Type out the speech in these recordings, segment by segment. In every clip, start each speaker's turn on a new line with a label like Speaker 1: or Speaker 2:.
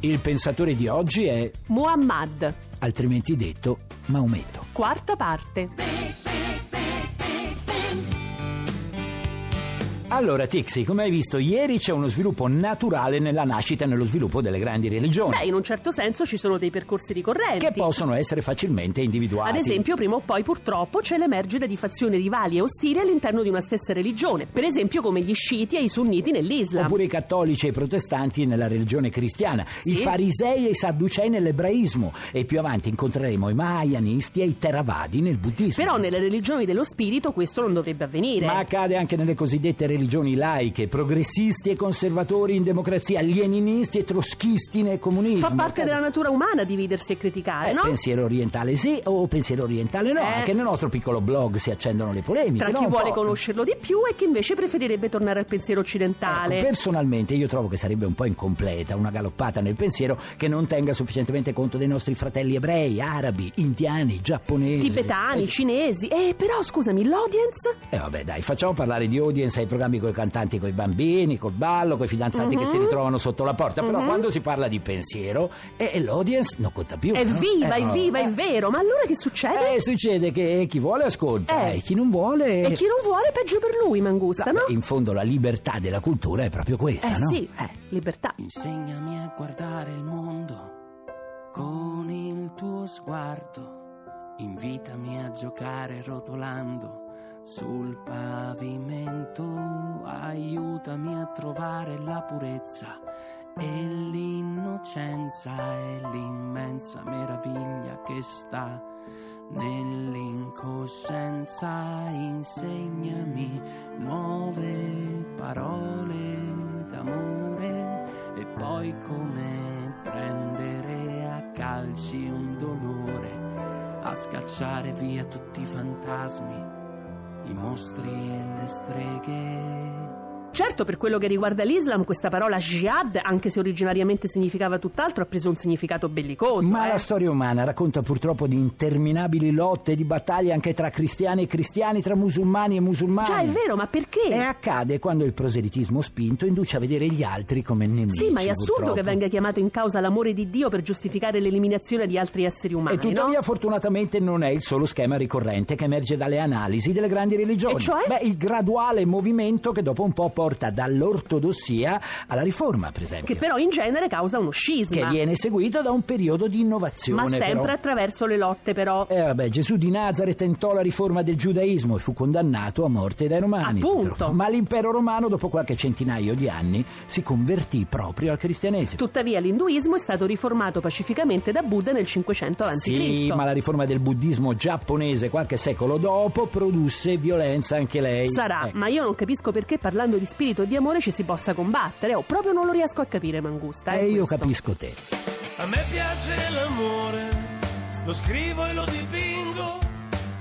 Speaker 1: Il pensatore di oggi è,
Speaker 2: Muhammad,
Speaker 1: altrimenti detto, Maometto.
Speaker 2: quarta parte.
Speaker 1: Allora, Tixi, come hai visto, ieri c'è uno sviluppo naturale nella nascita e nello sviluppo delle grandi religioni,
Speaker 2: Beh, in un certo senso ci sono dei percorsi ricorrenti.
Speaker 1: che possono essere facilmente individuati.
Speaker 2: Ad esempio, prima o poi purtroppo c'è l'emergere di fazioni rivali e ostili all'interno di una stessa religione, per esempio come gli sciiti e i sunniti nell'Islam.
Speaker 1: Oppure i cattolici e i protestanti nella religione cristiana,
Speaker 2: Sì.
Speaker 1: i farisei e i sadducei nell'ebraismo e più avanti incontreremo i mahayanisti e i theravadi nel buddismo.
Speaker 2: Però nelle religioni dello spirito questo non dovrebbe avvenire.
Speaker 1: Ma accade anche nelle cosiddette religioni laiche, progressisti e conservatori in democrazia, leninisti e trotskisti nel comunismo.
Speaker 2: Fa parte della natura umana dividersi e criticare,
Speaker 1: Eh,
Speaker 2: no?
Speaker 1: Pensiero orientale sì o pensiero orientale no.
Speaker 2: Eh.
Speaker 1: Anche nel nostro piccolo blog si accendono le polemiche.
Speaker 2: Tra
Speaker 1: no?
Speaker 2: chi
Speaker 1: Un
Speaker 2: vuole
Speaker 1: po'.
Speaker 2: conoscerlo di più e chi invece preferirebbe tornare al pensiero occidentale.
Speaker 1: Ecco, personalmente io trovo che sarebbe un po' incompleta una galoppata nel pensiero che non tenga sufficientemente conto dei nostri fratelli ebrei, arabi, indiani, giapponesi. Ecco.
Speaker 2: Tibetani, cinesi. Eh, però scusami, l'audience?
Speaker 1: E Eh, vabbè dai, facciamo parlare di audience ai programmi coi cantanti, coi bambini, col ballo, coi fidanzati che si
Speaker 2: Mhm.
Speaker 1: ritrovano sotto la porta. Però quando si parla di pensiero, eh, l'audience non conta più. no?
Speaker 2: Evviva,
Speaker 1: Eh, no.
Speaker 2: evviva, è
Speaker 1: Eh,
Speaker 2: vero. Ma allora che succede?
Speaker 1: Eh, succede che chi vuole ascolta
Speaker 2: Eh.
Speaker 1: e chi non vuole...
Speaker 2: E chi non vuole, peggio per lui, Mangusta, no?
Speaker 1: Beh, In fondo la libertà della cultura è proprio questa,
Speaker 2: Eh
Speaker 1: no?
Speaker 2: sì,
Speaker 1: Eh.
Speaker 2: libertà.
Speaker 3: Insegnami a guardare il mondo con il tuo sguardo. Invitami a giocare rotolando sul pavimento. Aiutami a trovare la purezza e l'innocenza e l'immensa meraviglia che sta nell'incoscienza. Insegnami nuove parole d'amore e poi come prendere a calci un dolore, a scacciare via tutti i fantasmi, i mostri e le streghe.
Speaker 2: Certo, per quello che riguarda l'Islam, questa parola jihad, anche se originariamente significava tutt'altro, ha preso un significato bellicoso.
Speaker 1: Ma
Speaker 2: eh.
Speaker 1: la storia umana racconta purtroppo di interminabili lotte e di battaglie anche tra cristiani e cristiani, tra musulmani e musulmani.
Speaker 2: Già, è vero, ma perché?
Speaker 1: E accade quando il proselitismo spinto induce a vedere gli altri come nemici.
Speaker 2: Sì, ma è assurdo
Speaker 1: purtroppo.
Speaker 2: che venga chiamato in causa l'amore di Dio per giustificare l'eliminazione di altri esseri umani,
Speaker 1: E tuttavia,
Speaker 2: no?
Speaker 1: fortunatamente, non è il solo schema ricorrente che emerge dalle analisi delle grandi religioni.
Speaker 2: E cioè?
Speaker 1: Beh, il graduale movimento che dopo un po' porta dall'ortodossia alla riforma, per esempio.
Speaker 2: Che però in genere causa uno
Speaker 1: che
Speaker 2: scisma.
Speaker 1: viene seguito da un periodo di innovazione.
Speaker 2: ma sempre
Speaker 1: però.
Speaker 2: attraverso le lotte, però.
Speaker 1: Eh vabbè, Gesù di Nazareth tentò la riforma del giudaismo e fu condannato a morte dai romani.
Speaker 2: Appunto.
Speaker 1: Pietro. Ma l'impero romano, dopo qualche centinaio di anni, si convertì proprio al cristianesimo.
Speaker 2: Tuttavia l'induismo è stato riformato pacificamente da Buddha nel 500 a.C.
Speaker 1: Sì, ma la riforma del buddismo giapponese qualche secolo dopo produsse violenza anche lei.
Speaker 2: Sarà,
Speaker 1: Ecco.
Speaker 2: ma io non capisco perché parlando di spirito e di amore ci si possa combattere. Oh, proprio non lo riesco a capire, Mangusta. eh,
Speaker 1: E io
Speaker 2: questo.
Speaker 1: capisco te.
Speaker 4: A me piace l'amore, lo scrivo e lo dipingo,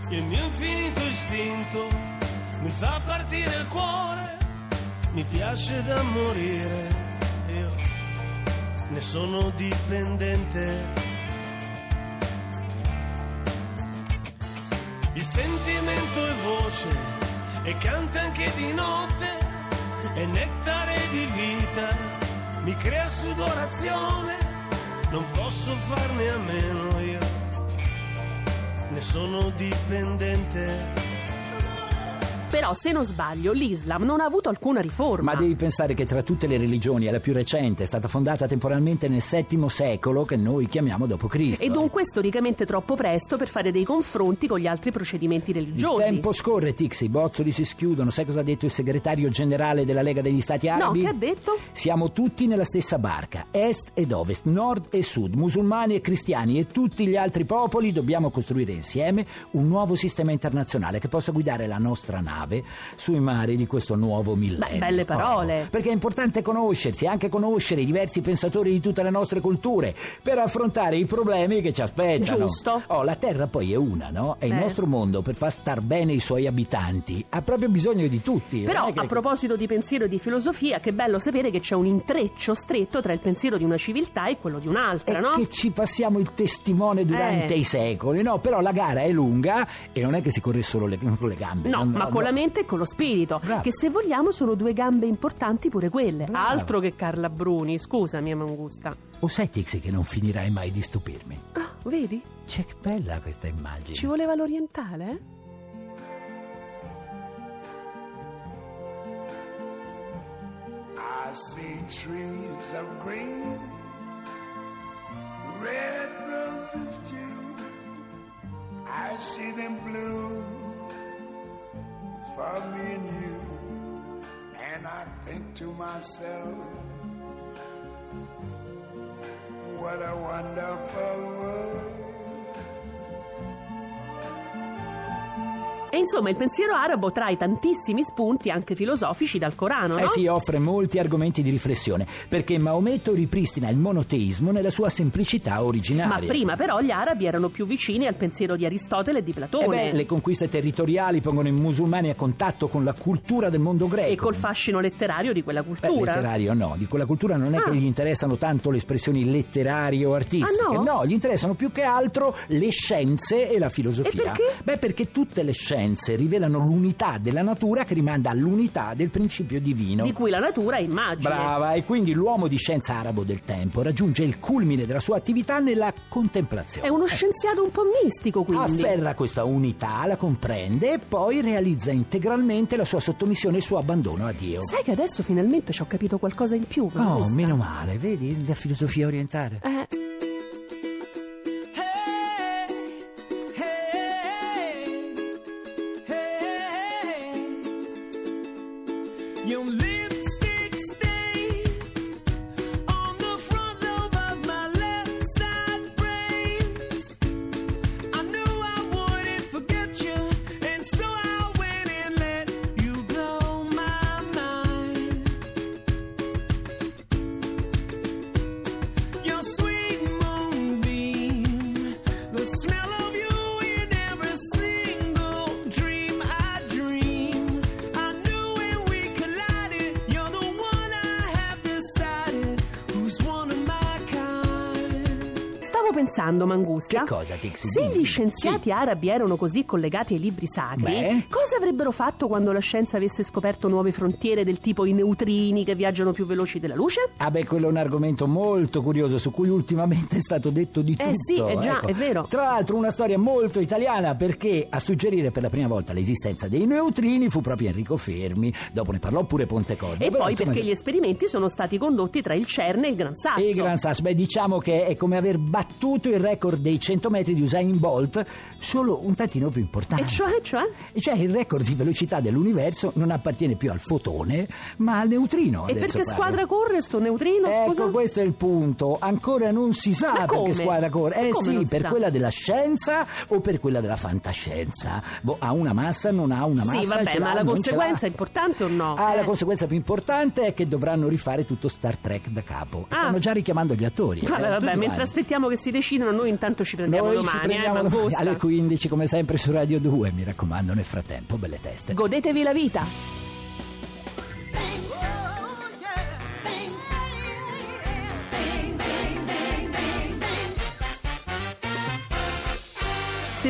Speaker 4: il mio infinito istinto mi fa partire il cuore, mi piace da morire, io ne sono dipendente. Il sentimento è voce e canta anche di notte, è nettare di vita, mi crea sudorazione, non posso farne a meno io, ne sono dipendente.
Speaker 2: Però se non sbaglio, l'Islam non ha avuto alcuna riforma.
Speaker 1: Ma devi pensare che tra tutte le religioni è la più recente, è stata fondata temporalmente nel VII secolo che noi chiamiamo dopo Cristo.
Speaker 2: E dunque storicamente troppo presto per fare dei confronti con gli altri procedimenti
Speaker 1: Il
Speaker 2: religiosi.
Speaker 1: tempo scorre, Tixi, i bozzoli si schiudono. Sai cosa ha detto il segretario generale della Lega degli Stati
Speaker 2: No,
Speaker 1: Arabi?
Speaker 2: che ha detto?
Speaker 1: Siamo tutti nella stessa barca, est ed ovest, nord e sud, musulmani e cristiani e tutti gli altri popoli dobbiamo costruire insieme un nuovo sistema internazionale che possa guidare la nostra nave nave sui mari di questo nuovo millennio.
Speaker 2: Beh, belle parole.
Speaker 1: Oh, perché è importante conoscersi, anche conoscere i diversi pensatori di tutte le nostre culture per affrontare i problemi che ci aspettano.
Speaker 2: Giusto.
Speaker 1: Oh, la Terra poi è una, no? E il
Speaker 2: Eh.
Speaker 1: nostro mondo, per far star bene i suoi abitanti, ha proprio bisogno di tutti.
Speaker 2: Però
Speaker 1: non è che-
Speaker 2: a proposito di pensiero e di filosofia, che bello sapere che c'è un intreccio stretto tra il pensiero di una civiltà e quello di un'altra,
Speaker 1: è
Speaker 2: no?
Speaker 1: Eh, che ci passiamo il testimone durante
Speaker 2: Eh.
Speaker 1: i secoli, no? Però la gara è lunga e non è che si corre solo le- con le gambe.
Speaker 2: No,
Speaker 1: non-
Speaker 2: ma con
Speaker 1: no.
Speaker 2: la mente e con lo spirito,
Speaker 1: Bravo.
Speaker 2: che se vogliamo sono due gambe importanti pure quelle.
Speaker 1: Bravo.
Speaker 2: Altro che Carla Bruni, scusami, Mangusta.
Speaker 1: O sai, Tixi, che non finirai mai di stupirmi?
Speaker 2: Ah, vedi?
Speaker 1: C'è che bella questa immagine.
Speaker 2: Ci voleva l'orientale, eh?
Speaker 5: I see trees of green, red roses too. I see them bloom for me and you. And I think to myself, what a wonderful world.
Speaker 2: E insomma, il pensiero arabo trae tantissimi spunti anche filosofici dal Corano, no?
Speaker 1: Eh sì, offre molti argomenti di riflessione, perché Maometto ripristina il monoteismo nella sua semplicità
Speaker 2: Ma
Speaker 1: originaria. Eh
Speaker 2: prima però gli arabi erano più vicini al pensiero di Aristotele e di
Speaker 1: Eh
Speaker 2: Platone.
Speaker 1: beh, le conquiste territoriali pongono i musulmani a contatto con la cultura del mondo greco.
Speaker 2: E col fascino letterario di quella
Speaker 1: ecco. Beh,
Speaker 2: cultura.
Speaker 1: letterario no, di quella cultura non è
Speaker 2: Ah.
Speaker 1: che gli interessano tanto le espressioni letterarie o artistiche,
Speaker 2: Ah, no?
Speaker 1: gli interessano più che altro le scienze e la filosofia.
Speaker 2: E perché?
Speaker 1: Beh, perché tutte le scienze rivelano l'unità della natura che rimanda all'unità del principio divino.
Speaker 2: di cui la natura è immagine.
Speaker 1: Brava, e quindi l'uomo di scienza arabo del tempo raggiunge il culmine della sua attività nella contemplazione.
Speaker 2: È uno scienziato un po' mistico, quindi.
Speaker 1: Afferra questa unità, la comprende e poi realizza integralmente la sua sottomissione e il suo abbandono a Dio.
Speaker 2: Sai che adesso finalmente ci ho capito qualcosa in più. ma
Speaker 1: Oh,
Speaker 2: questa-
Speaker 1: meno male, vedi la filosofia orientale.
Speaker 2: Eh,
Speaker 4: Your lipstick stains on the front lobe of my left side brains. I knew I wouldn't forget you, and so I went and let you blow my mind. Your sweet moonbeam, the smell of you in every single dream I dream. I knew when we collided, you're the one I have decided who's one of my kind.
Speaker 2: Stavo pensando, Mangusta.
Speaker 1: Che cosa, Tixi?
Speaker 2: Se
Speaker 1: Dimmi.
Speaker 2: gli scienziati arabi erano così collegati ai libri sacri,
Speaker 1: Beh.
Speaker 2: cosa avrebbero fatto quando la scienza avesse scoperto nuove frontiere del tipo i neutrini che viaggiano più veloci della luce?
Speaker 1: Ah beh, quello è un argomento molto curioso su cui ultimamente è stato detto di tutto. ecco.
Speaker 2: Eh sì, eh già, è vero.
Speaker 1: Tra l'altro una storia molto italiana perché a suggerire per la prima volta l'esistenza dei neutrini fu proprio Enrico Fermi, dopo ne parlò pure Pontecorvo.
Speaker 2: E
Speaker 1: Però,
Speaker 2: poi
Speaker 1: insomma,
Speaker 2: perché gli esperimenti sono stati condotti tra il CERN e il Gran Sasso.
Speaker 1: E il Gran Sasso, beh diciamo che è come aver battuto il record dei 100 metri di Usain Bolt, solo un tantino più importante.
Speaker 2: E cioè, cioè?
Speaker 1: E cioè il record di velocità dell'universo non appartiene più al fotone, ma al neutrino.
Speaker 2: E
Speaker 1: adesso
Speaker 2: perché
Speaker 1: parlo.
Speaker 2: squadra corre sto neutrino?
Speaker 1: Ecco,
Speaker 2: scusa?
Speaker 1: questo è il punto. Ancora non si sa
Speaker 2: Ma
Speaker 1: perché
Speaker 2: come?
Speaker 1: squadra corre. Eh
Speaker 2: Ma come non
Speaker 1: sì,
Speaker 2: si
Speaker 1: per
Speaker 2: sa?
Speaker 1: quella della scienza o per quella della fantascienza. Boh, ha una massa, non ha una massa.
Speaker 2: Sì,
Speaker 1: ce
Speaker 2: vabbè, ma
Speaker 1: l'ha,
Speaker 2: la
Speaker 1: non ce l'ha.
Speaker 2: conseguenza è importante o no?
Speaker 1: Ah, la
Speaker 2: Eh.
Speaker 1: conseguenza più importante è che dovranno rifare tutto Star Trek da capo. E
Speaker 2: Ah.
Speaker 1: Stanno già richiamando gli attori. eh,
Speaker 2: Vabbè,
Speaker 1: tutti
Speaker 2: vabbè, mentre
Speaker 1: quanti.
Speaker 2: aspettiamo che si decidano, noi intanto ci prendiamo
Speaker 1: Noi
Speaker 2: domani.
Speaker 1: ci prendiamo
Speaker 2: eh,
Speaker 1: domani
Speaker 2: Mangusta.
Speaker 1: alle 15 come sempre su Radio 2. Mi raccomando, nel frattempo, belle teste.
Speaker 2: Godetevi la vita. Se